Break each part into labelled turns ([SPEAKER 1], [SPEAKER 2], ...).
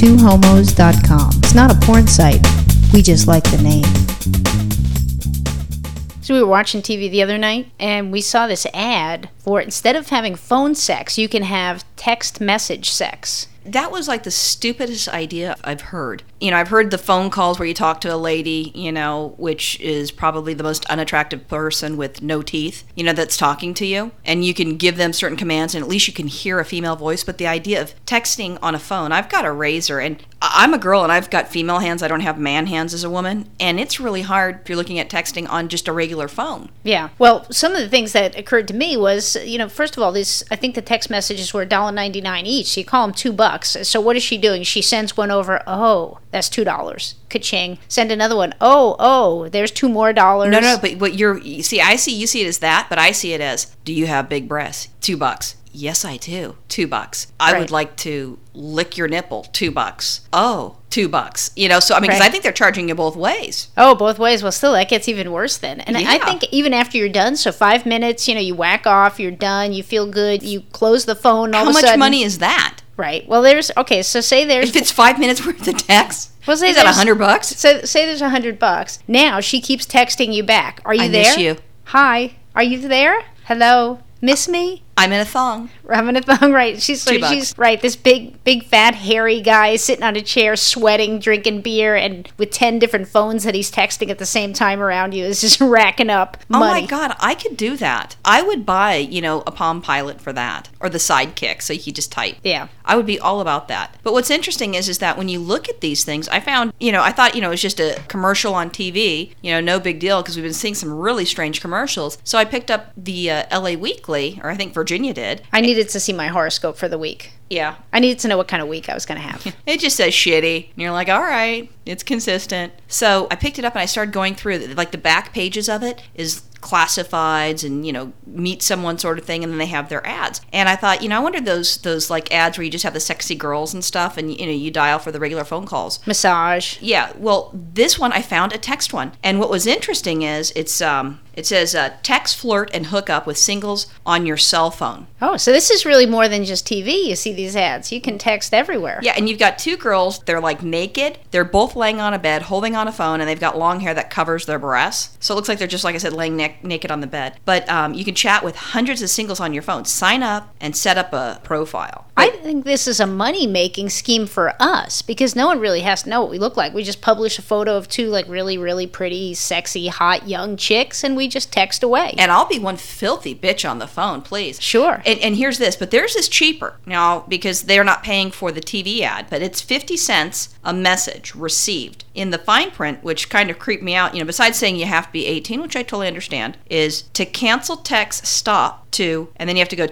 [SPEAKER 1] twohomos.com. It's not a porn site. We just like the name.
[SPEAKER 2] So we were watching TV the other night and we saw this ad for instead of having phone sex, you can have text message sex.
[SPEAKER 3] That was like the stupidest idea I've heard. You know, I've heard the phone calls where you talk to a lady, you know, which is probably the most unattractive person with no teeth, you know, that's talking to you. And you can give them certain commands and at least you can hear a female voice. But the idea of texting on a phone, I've got a razor and I- I'm a girl and I've got female hands. I don't have man hands as a woman. And it's really hard if you're looking at texting on just a regular phone.
[SPEAKER 2] Yeah. Well, some of the things that occurred to me was, you know, first of all, these I think the text messages were $1.99 each. So you call them two bucks. So what is she doing? She sends one over. Oh, that's two dollars. Ka-ching. Send another one. Oh, oh, there's two more dollars.
[SPEAKER 3] No, no, but what you're you see, I see you see it as that, but I see it as do you have big breasts? Two bucks. Yes, I do. Two bucks. I
[SPEAKER 2] Right.
[SPEAKER 3] would like to lick your nipple. Two bucks. Oh, two bucks. You know, so I mean, because I
[SPEAKER 2] Right.
[SPEAKER 3] think they're charging you both ways.
[SPEAKER 2] Oh, both ways. Well, still, that gets even worse then. And I I
[SPEAKER 3] Yeah.
[SPEAKER 2] think even after you're done, so five minutes, you know, you whack off, you're done, you feel good, you close the phone. All
[SPEAKER 3] How
[SPEAKER 2] of a
[SPEAKER 3] much
[SPEAKER 2] sudden-
[SPEAKER 3] money is that?
[SPEAKER 2] Right. Well, there's okay. So say there's
[SPEAKER 3] If it's five minutes worth of text,
[SPEAKER 2] Well, say
[SPEAKER 3] is that a
[SPEAKER 2] there's-
[SPEAKER 3] hundred bucks?
[SPEAKER 2] so say there's a hundred bucks. Now she keeps texting you back. Are you
[SPEAKER 3] I
[SPEAKER 2] there?
[SPEAKER 3] miss you.
[SPEAKER 2] Hi. Are you there? Hello. Miss me?
[SPEAKER 3] I'm in a thong.
[SPEAKER 2] We're having a thong right. She's
[SPEAKER 3] Two bucks.
[SPEAKER 2] she's right. This big, big, fat, hairy guy is sitting on a chair, sweating, drinking beer, and with ten different phones that he's texting at the same time around you is just racking up money.
[SPEAKER 3] Oh my god, I could do that. I would buy, you know, a Palm Pilot for that, or the Sidekick, so you could just type.
[SPEAKER 2] Yeah.
[SPEAKER 3] I would be all about that. But what's interesting is is that when you look at these things, I found, you know, I thought, you know, it was just a commercial on TV, you know, no big deal because we've been seeing some really strange commercials. So I picked up the uh, LA Weekly, or I think Virginia did.
[SPEAKER 2] I needed to see my horoscope for the week.
[SPEAKER 3] Yeah.
[SPEAKER 2] I needed to know what kind of week I was going to have.
[SPEAKER 3] It just says shitty. And you're like, all right, it's consistent. So I picked it up and I started going through it. Like the back pages of it is classifieds and, you know, meet someone sort of thing. And then they have their ads. And I thought, you know, I wonder those, those like ads where you just have the sexy girls and stuff and, you know, you dial for the regular phone calls.
[SPEAKER 2] Massage.
[SPEAKER 3] Yeah, well, this one I found a text one, and what was interesting is it's um it says uh, text, flirt, and hook up with singles on your cell phone.
[SPEAKER 2] Oh, so this is really more than just TV. You see these ads. You can text everywhere.
[SPEAKER 3] Yeah, and you've got two girls. They're like naked. They're both laying on a bed, holding on a phone, and they've got long hair that covers their breasts. So it looks like they're just like I said, laying na- naked on the bed. But um, you can chat with hundreds of singles on your phone. Sign up and set up a profile.
[SPEAKER 2] I think this is a money making scheme for us because no one really has to know what we look like. We just publish a photo of two like really, really pretty, sexy, hot young chicks and we just text away.
[SPEAKER 3] and I'll be one filthy bitch on the phone, please.
[SPEAKER 2] Sure.
[SPEAKER 3] And, and here's this, but theirs is cheaper now because they're not paying for the TV ad, but it's 50 cents a message received. In the fine print, which kind of creeped me out, you know, besides saying you have to be 18, which I totally understand, is to cancel text, stop to, and then you have to go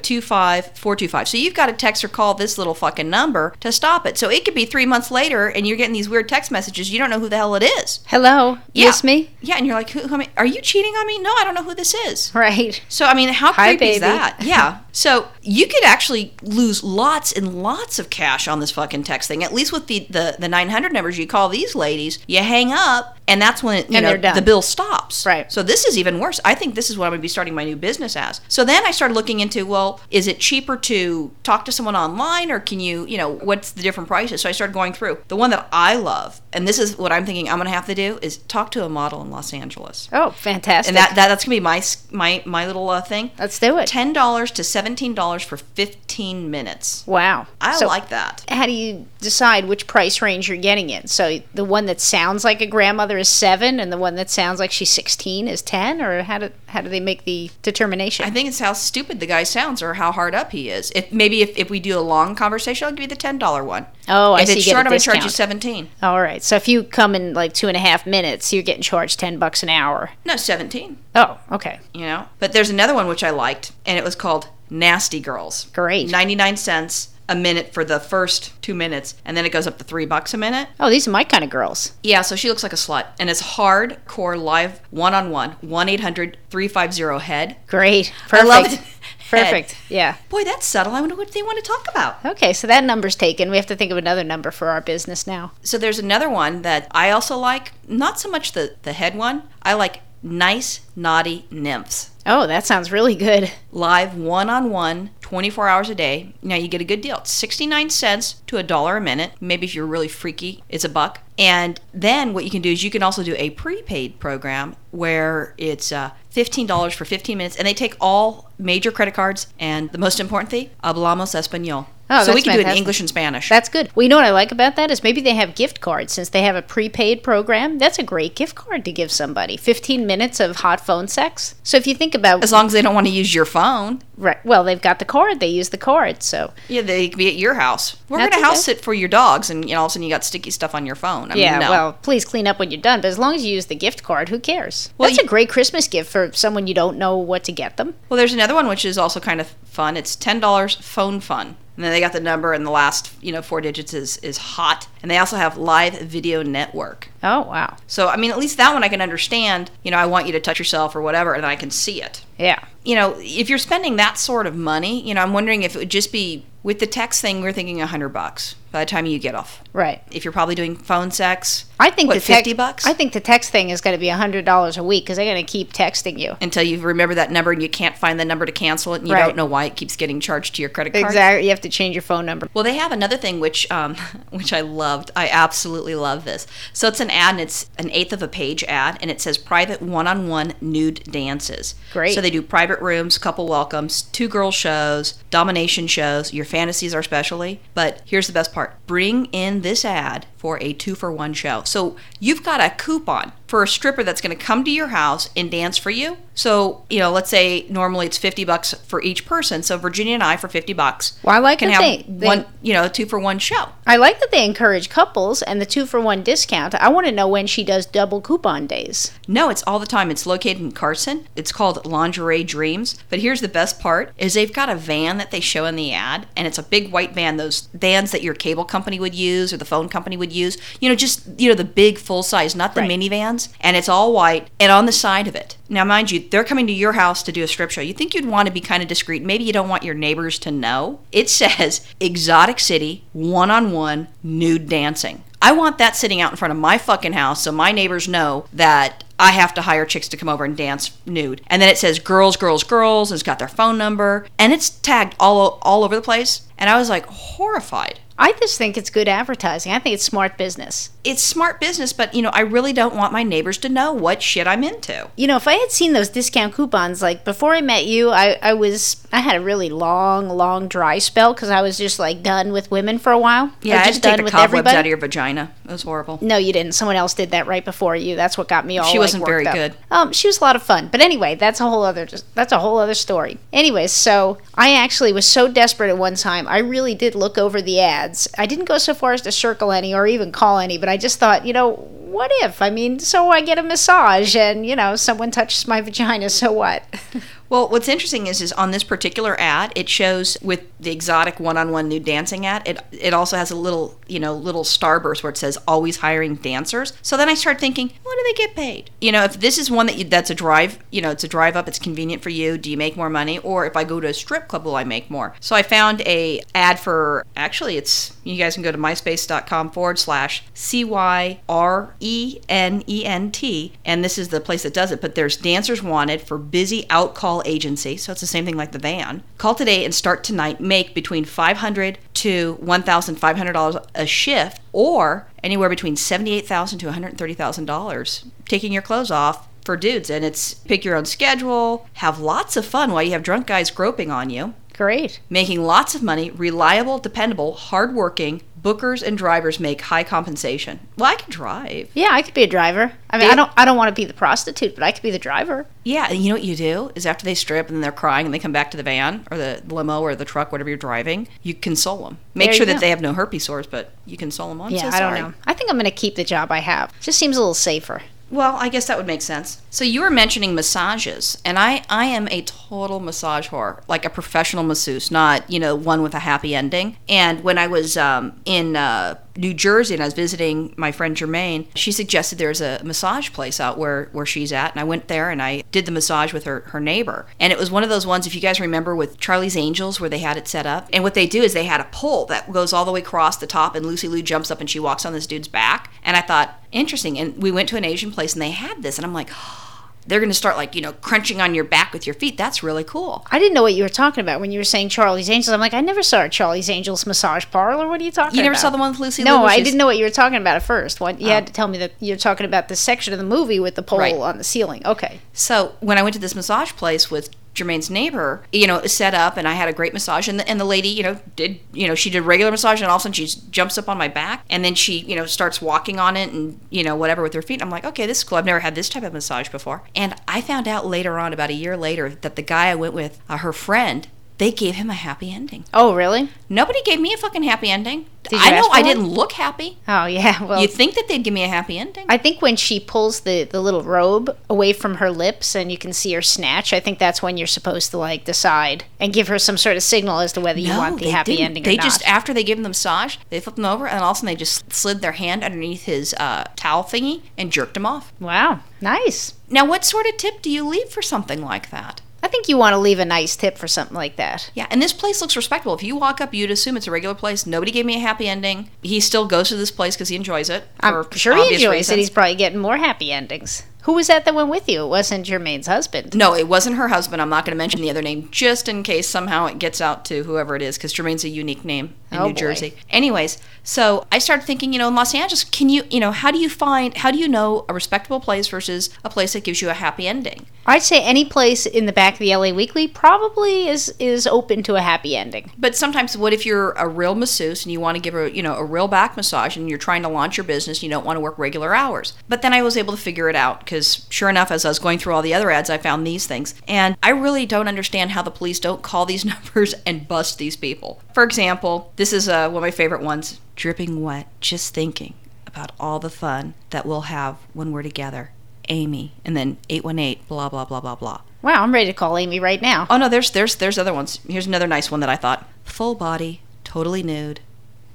[SPEAKER 3] 25425. So you've got to text or call this little fucking number to stop it. So it could be three months later and you're getting these weird text messages. You don't know who the hell it is.
[SPEAKER 2] Hello,
[SPEAKER 3] Yeah.
[SPEAKER 2] miss me?
[SPEAKER 3] Yeah, and you're like, who, who am I- are you cheating on me? No, I don't know who this is.
[SPEAKER 2] Right.
[SPEAKER 3] So I mean, how
[SPEAKER 2] Hi,
[SPEAKER 3] creepy
[SPEAKER 2] baby.
[SPEAKER 3] is that? Yeah. So you could actually lose lots and lots of cash on this fucking text thing. At least with the the, the 900 numbers, you call these ladies, you hang up, and that's when you
[SPEAKER 2] And
[SPEAKER 3] know
[SPEAKER 2] they're done.
[SPEAKER 3] the bill stops.
[SPEAKER 2] Right.
[SPEAKER 3] So this is even worse. I think this is what I'm going to be starting my new business as. So then I started looking into, well, is it cheaper to talk to someone online, or can you, you know, what's the different prices? So I started going through the one that I love, and this is what I'm thinking I'm going to have to do is talk to a model in Los Angeles.
[SPEAKER 2] Oh, fantastic.
[SPEAKER 3] And that, that that's gonna be my s- my my little uh, thing.
[SPEAKER 2] Let's do it.
[SPEAKER 3] Ten dollars to seventeen dollars for fifteen minutes.
[SPEAKER 2] Wow.
[SPEAKER 3] I
[SPEAKER 2] So-
[SPEAKER 3] like that.
[SPEAKER 2] how do you decide which price range you're getting in? So the one that sounds like a grandmother is seven, and the one that sounds like she's sixteen is ten, or how do how do they make the determination?
[SPEAKER 3] I think it's how stupid the guy sounds or how hard up he is. If maybe if, if we do a long conversation, I'll give you the ten dollar one.
[SPEAKER 2] oh, I
[SPEAKER 3] if
[SPEAKER 2] see.
[SPEAKER 3] it's
[SPEAKER 2] you
[SPEAKER 3] short,
[SPEAKER 2] get a
[SPEAKER 3] I'm gonna charge you
[SPEAKER 2] discount.
[SPEAKER 3] seventeen.
[SPEAKER 2] All right. So if you come in like two and a half minutes, you're getting charged ten bucks an hour.
[SPEAKER 3] No, seventeen.
[SPEAKER 2] Oh, okay.
[SPEAKER 3] You know. But there's another one which I liked, and it was called Nasty Girls.
[SPEAKER 2] Great.
[SPEAKER 3] Ninety nine cents a minute for the first two minutes, and then it goes up to three bucks a minute.
[SPEAKER 2] Oh, these are my kind of girls.
[SPEAKER 3] Yeah, so she looks like a slut. And it's hardcore live one on one, 1 800 350 head.
[SPEAKER 2] Great.
[SPEAKER 3] I
[SPEAKER 2] Perfect.
[SPEAKER 3] love it.
[SPEAKER 2] Perfect.
[SPEAKER 3] Head.
[SPEAKER 2] Yeah.
[SPEAKER 3] Boy, that's subtle. I wonder what they want to talk about.
[SPEAKER 2] Okay, so that number's taken. We have to think of another number for our business now.
[SPEAKER 3] So there's another one that I also like. Not so much the, the head one, I like nice, naughty nymphs.
[SPEAKER 2] Oh, that sounds really good.
[SPEAKER 3] Live one on one, 24 hours a day. Now you get a good deal. It's 69 cents to a dollar a minute. Maybe if you're really freaky, it's a buck. And then what you can do is you can also do a prepaid program where it's uh, $15 for 15 minutes and they take all major credit cards and the most important thing, hablamos español.
[SPEAKER 2] Oh,
[SPEAKER 3] so we
[SPEAKER 2] that's
[SPEAKER 3] can do it in
[SPEAKER 2] fantastic.
[SPEAKER 3] English and Spanish.
[SPEAKER 2] That's good. Well, you know what I like about that is maybe they have gift cards since they have a prepaid program. That's a great gift card to give somebody. 15 minutes of hot phone sex. So if you think about
[SPEAKER 3] as long as they don't want to use your phone.
[SPEAKER 2] right, well, they've got the card, they use the card. So
[SPEAKER 3] Yeah, they could be at your house. We're
[SPEAKER 2] That's
[SPEAKER 3] going to house
[SPEAKER 2] okay.
[SPEAKER 3] sit for your dogs, and you know, all of a sudden you got sticky stuff on your phone. I mean,
[SPEAKER 2] yeah,
[SPEAKER 3] no.
[SPEAKER 2] well, please clean up when you're done, but as long as you use the gift card, who cares?
[SPEAKER 3] Well,
[SPEAKER 2] That's
[SPEAKER 3] you-
[SPEAKER 2] a great Christmas gift for someone you don't know what to get them.
[SPEAKER 3] Well, there's another one which is also kind of fun. It's ten dollars phone fun, and then they got the number, and the last you know four digits is is hot, and they also have live video network.
[SPEAKER 2] Oh, wow.
[SPEAKER 3] So I mean, at least that one I can understand. You know, I want you to touch yourself or whatever, and I can see it.
[SPEAKER 2] Yeah.
[SPEAKER 3] You know, if you're spending that sort of money, you know, I'm wondering if it would just be with the text thing. We're thinking a hundred bucks by the time you get off.
[SPEAKER 2] Right.
[SPEAKER 3] If you're probably doing phone sex,
[SPEAKER 2] I think
[SPEAKER 3] What,
[SPEAKER 2] the text,
[SPEAKER 3] 50 bucks?
[SPEAKER 2] I think the text thing is going to be $100 a week because they're going to keep texting you.
[SPEAKER 3] until you remember that number and you can't find the number to cancel it and you
[SPEAKER 2] Right.
[SPEAKER 3] don't know why it keeps getting charged to your credit card.
[SPEAKER 2] Exactly. You have to change your phone number.
[SPEAKER 3] Well, they have another thing which um, which I loved. I absolutely love this. So it's an ad and it's an eighth of a page ad and it says private one-on-one nude dances.
[SPEAKER 2] Great.
[SPEAKER 3] So they do private rooms, couple welcomes, two girl shows, domination shows, your fantasies are specially. But here's the best part. Bring in this ad for a 2 for 1 show. So you've got a coupon for a stripper that's going to come to your house and dance for you. So, you know, let's say normally it's 50 bucks for each person. So Virginia and I for 50 bucks
[SPEAKER 2] Well, I like
[SPEAKER 3] can
[SPEAKER 2] that
[SPEAKER 3] have
[SPEAKER 2] they- they-
[SPEAKER 3] one, you know, two for one show.
[SPEAKER 2] I like that they encourage couples and the two for one discount. I want to know when she does double coupon days.
[SPEAKER 3] No, it's all the time. It's located in Carson. It's called Lingerie Dreams. But here's the best part is they've got a van that they show in the ad and it's a big white van, those vans that your cable company would use or the phone company would use. You know, just you know, the big full size, not the
[SPEAKER 2] Right.
[SPEAKER 3] minivans. And it's all white and on the side of it. Now mind you, they're coming to your house to do a strip show. You think you'd want to be kind of discreet. Maybe you don't want your neighbors to know. It says Exotic City one on one nude dancing. I want that sitting out in front of my fucking house so my neighbors know that I have to hire chicks to come over and dance nude. And then it says girls, girls, girls. It's got their phone number and it's tagged all o- all over the place. And I was like horrified.
[SPEAKER 2] I just think it's good advertising. I think it's smart business.
[SPEAKER 3] It's smart business, but you know, I really don't want my neighbors to know what shit I'm into.
[SPEAKER 2] You know, if I had seen those discount coupons, like before I met you, I, I was, I had a really long, long dry spell because I was just like done with women for a while. Or
[SPEAKER 3] Yeah, I had
[SPEAKER 2] just
[SPEAKER 3] to take the cobwebs out of your vagina. It was horrible.
[SPEAKER 2] No, you didn't. Someone else did that right before you. That's what got me all.
[SPEAKER 3] She
[SPEAKER 2] like,
[SPEAKER 3] wasn't
[SPEAKER 2] worked
[SPEAKER 3] very
[SPEAKER 2] up.
[SPEAKER 3] good.
[SPEAKER 2] Um, she was a lot of fun, but anyway, that's a whole other just that's a whole other story. Anyways, so I actually was so desperate at one time. I really did look over the ads. I didn't go so far as to circle any or even call any, but I just thought, you know, what if? I mean, so I get a massage and you know someone touches my vagina. So what?
[SPEAKER 3] Well, what's interesting is, is on this particular ad, it shows with the exotic one-on-one nude dancing ad. It it also has a little, you know, little starburst where it says always hiring dancers. So then I start thinking, what do they get paid? You know, if this is one that you, that's a drive, you know, it's a drive up, it's convenient for you. Do you make more money? Or if I go to a strip club, will I make more? So I found a ad for actually, it's you guys can go to myspace.com forward slash c y r e n e n t, and this is the place that does it. But there's dancers wanted for busy out call agency, so it's the same thing like the van. Call today and start tonight. Make between 500 to 1,500 dollars a shift, or anywhere between 78,000 to 130,000 dollars. Taking your clothes off for dudes, and it's pick your own schedule, have lots of fun while you have drunk guys groping on you
[SPEAKER 2] Great.
[SPEAKER 3] making lots of money, reliable, dependable, hardworking. Bookers and drivers make high compensation. Well, I can drive.
[SPEAKER 2] Yeah, I could be a driver. I mean, I
[SPEAKER 3] Yeah.
[SPEAKER 2] don't I don't want to be the prostitute, but I could be the driver.
[SPEAKER 3] Yeah, and you know what you do is after they strip and they're crying and they come back to the van or the limo or the truck, whatever you're driving, you console them. Make
[SPEAKER 2] There
[SPEAKER 3] sure
[SPEAKER 2] you go.
[SPEAKER 3] that they have no herpes sores, but you console them. I'm
[SPEAKER 2] yeah,
[SPEAKER 3] so
[SPEAKER 2] I don't
[SPEAKER 3] sorry.
[SPEAKER 2] know. I think I'm going to keep the job I have. Just seems a little safer.
[SPEAKER 3] Well, I guess that would make sense. So you were mentioning massages, and I, I am a total massage whore, like a professional masseuse, not you know one with a happy ending. And when I was um, in uh, New Jersey and I was visiting my friend Germaine, she suggested there's a massage place out where where she's at, and I went there and I did the massage with her her neighbor, and it was one of those ones if you guys remember with Charlie's Angels where they had it set up, and what they do is they had a pole that goes all the way across the top, and Lucy Lou jumps up and she walks on this dude's back, and I thought interesting. And we went to an Asian place and they had this, and I'm like, they're going to start like, you know, crunching on your back with your feet. That's really cool.
[SPEAKER 2] I didn't know what you were talking about when you were saying Charlie's Angels. I'm like, I never saw a Charlie's Angels massage parlor. What are you talking about?
[SPEAKER 3] You never saw the one with Lucy
[SPEAKER 2] No,
[SPEAKER 3] Liu?
[SPEAKER 2] I
[SPEAKER 3] She's-
[SPEAKER 2] didn't know what you were talking about at first. What, you had to tell me that you're talking about the section of the movie with the pole
[SPEAKER 3] Right.
[SPEAKER 2] on the ceiling. Okay.
[SPEAKER 3] So when I went to this massage place with Jermaine's neighbor, you know, it was set up and I had a great massage and the, and the lady, you know, did, you know, she did regular massage and all of a sudden she s- jumps up on my back and then she, you know, starts walking on it and, you know, whatever with her feet. I'm like, okay, this is cool. I've never had this type of massage before. And I found out later on, about a year later, that the guy I went with, uh, her friend, they gave him a happy ending.
[SPEAKER 2] Oh, really?
[SPEAKER 3] Nobody gave me a fucking happy ending.
[SPEAKER 2] Did you
[SPEAKER 3] I
[SPEAKER 2] ask
[SPEAKER 3] know
[SPEAKER 2] for
[SPEAKER 3] I
[SPEAKER 2] one?
[SPEAKER 3] didn't look happy.
[SPEAKER 2] Oh, yeah. Well,
[SPEAKER 3] You'd think that they'd give me a happy ending.
[SPEAKER 2] I think when she pulls the, the little robe away from her lips and you can see her snatch, I think that's when you're supposed to like decide and give her some sort of signal as to whether you want the
[SPEAKER 3] they
[SPEAKER 2] happy
[SPEAKER 3] didn't.
[SPEAKER 2] ending
[SPEAKER 3] They
[SPEAKER 2] or not.
[SPEAKER 3] just after they gave him the massage, they flipped him over, and all of a sudden they just slid their hand underneath his uh, towel thingy and jerked him off.
[SPEAKER 2] wow. Nice.
[SPEAKER 3] Now, what sort of tip do you leave for something like that?
[SPEAKER 2] I think you want to leave a nice tip for something like that.
[SPEAKER 3] Yeah, and this place looks respectable. If you walk up, you'd assume it's a regular place. Nobody gave me a happy ending. He still goes to this place because he enjoys it.
[SPEAKER 2] I'm
[SPEAKER 3] for
[SPEAKER 2] sure he
[SPEAKER 3] obvious
[SPEAKER 2] enjoys it.
[SPEAKER 3] reasons.
[SPEAKER 2] He's probably getting more happy endings. Who was that that went with you? It wasn't Jermaine's husband.
[SPEAKER 3] No, it wasn't her husband. I'm not going to mention the other name just in case somehow it gets out to whoever it is because Jermaine's a unique name in
[SPEAKER 2] Oh,
[SPEAKER 3] New
[SPEAKER 2] boy.
[SPEAKER 3] Jersey. Anyways, so I started thinking, you know, in Los Angeles, can you, you know, how do you find, how do you know a respectable place versus a place that gives you a happy ending?
[SPEAKER 2] I'd say any place in the back of the LA Weekly probably is is open to a happy ending.
[SPEAKER 3] But sometimes, what if you're a real masseuse and you want to give a, you know, a real back massage and you're trying to launch your business and you don't want to work regular hours? But then I was able to figure it out because, sure enough, as I was going through all the other ads, I found these things. And I really don't understand how the police don't call these numbers and bust these people. For example, this is uh, one of my favorite ones dripping wet, just thinking about all the fun that we'll have when we're together. Amy, and then 818, blah, blah, blah, blah, blah.
[SPEAKER 2] Wow, I'm ready to call Amy right now.
[SPEAKER 3] Oh no, there's there's there's other ones. Here's another nice one that I thought. Full body, totally nude,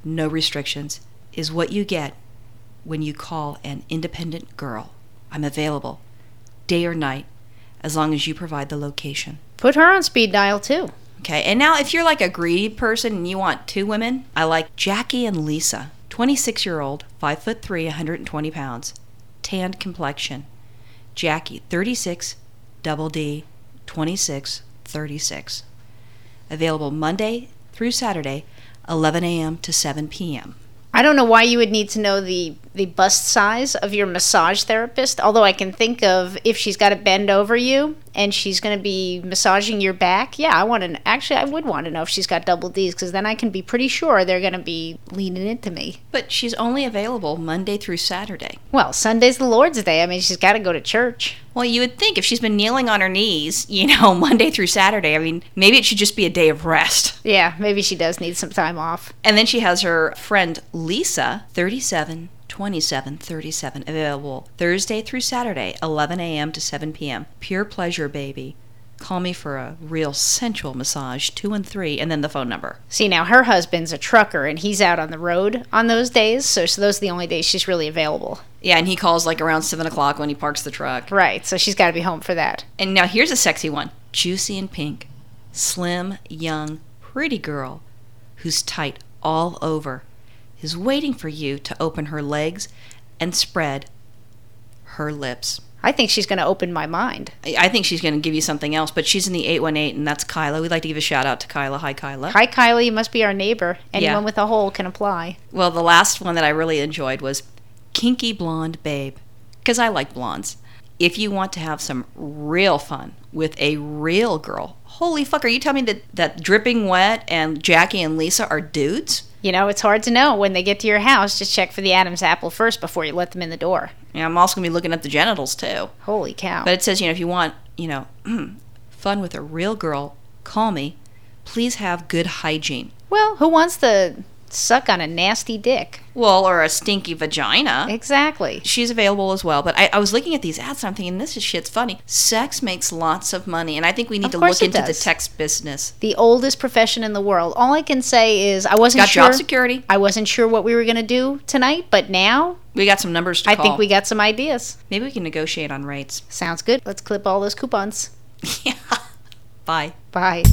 [SPEAKER 3] no restrictions is what you get when you call an independent girl. I'm available day or night as long as you provide the location.
[SPEAKER 2] Put her on speed dial too.
[SPEAKER 3] Okay. And now if you're like a greedy person and you want two women, I like Jackie and Lisa. 26-year-old, 5 foot 3, 120 pounds, tanned complexion. Jackie, 36, double D, 26, 36 available Monday through Saturday, 11 a.m. to 7 p.m.
[SPEAKER 2] I don't know why you would need to know the the bust size of your massage therapist, although I can think of if she's got to bend over you and she's going to be massaging your back. Yeah, I want to actually I would want to know if she's got double Ds cuz then I can be pretty sure they're going to be leaning into me.
[SPEAKER 3] But she's only available Monday through Saturday.
[SPEAKER 2] Well, Sunday's the Lord's day. I mean, she's got to go to church.
[SPEAKER 3] Well, you would think if she's been kneeling on her knees, you know, Monday through Saturday, I mean, maybe it should just be a day of rest.
[SPEAKER 2] Yeah, maybe she does need some time off.
[SPEAKER 3] And then she has her friend Lisa, 37, 27, 37, available Thursday through Saturday, 11 a.m. to 7 p.m. Pure pleasure, baby. Call me for a real sensual massage, 2 and 3, and then the phone number.
[SPEAKER 2] See, now her husband's a trucker and he's out on the road on those days, so, so those are the only days she's really available.
[SPEAKER 3] Yeah, and he calls like around 7 o'clock when he parks the truck.
[SPEAKER 2] Right, so she's got to be home for that.
[SPEAKER 3] And now here's a sexy one juicy and pink, slim, young, pretty girl who's tight all over is waiting for you to open her legs and spread her lips.
[SPEAKER 2] I think she's going to open my mind.
[SPEAKER 3] I I think she's going to give you something else, but she's in the 818, and that's Kyla. We'd like to give a shout out to Kyla. Hi, Kyla.
[SPEAKER 2] Hi, Kylie, you must be our neighbor. Anyone
[SPEAKER 3] Yeah.
[SPEAKER 2] with a hole can apply.
[SPEAKER 3] Well, the last one that I really enjoyed was Kinky Blonde Babe, because I like blondes. If you want to have some real fun with a real girl, holy fuck, are you telling me that, that Dripping Wet and Jackie and Lisa are dudes?
[SPEAKER 2] You know, it's hard to know when they get to your house. Just check for the Adam's apple first before you let them in the door.
[SPEAKER 3] Yeah, I'm also going to be looking up the genitals too.
[SPEAKER 2] Holy cow.
[SPEAKER 3] But it says, you know, if you want, you know, fun with a real girl, call me. Please have good hygiene.
[SPEAKER 2] well, who wants to suck on a nasty dick?
[SPEAKER 3] Well, or a stinky vagina.
[SPEAKER 2] Exactly.
[SPEAKER 3] she's available as well. But I, I was looking at these ads and I'm thinking, this is shit's funny. Sex makes lots of money, and I think we need
[SPEAKER 2] Of
[SPEAKER 3] to
[SPEAKER 2] course
[SPEAKER 3] look
[SPEAKER 2] it
[SPEAKER 3] into
[SPEAKER 2] does.
[SPEAKER 3] the text business.
[SPEAKER 2] The oldest profession in the world. All I can say is I wasn't
[SPEAKER 3] Got
[SPEAKER 2] sure.
[SPEAKER 3] job security.
[SPEAKER 2] I wasn't sure what we were going to do tonight, but now
[SPEAKER 3] We got some numbers to
[SPEAKER 2] I
[SPEAKER 3] call.
[SPEAKER 2] think we got some ideas.
[SPEAKER 3] maybe we can negotiate on rates.
[SPEAKER 2] Sounds good. Let's clip all those coupons.
[SPEAKER 3] yeah. Bye.
[SPEAKER 2] Bye.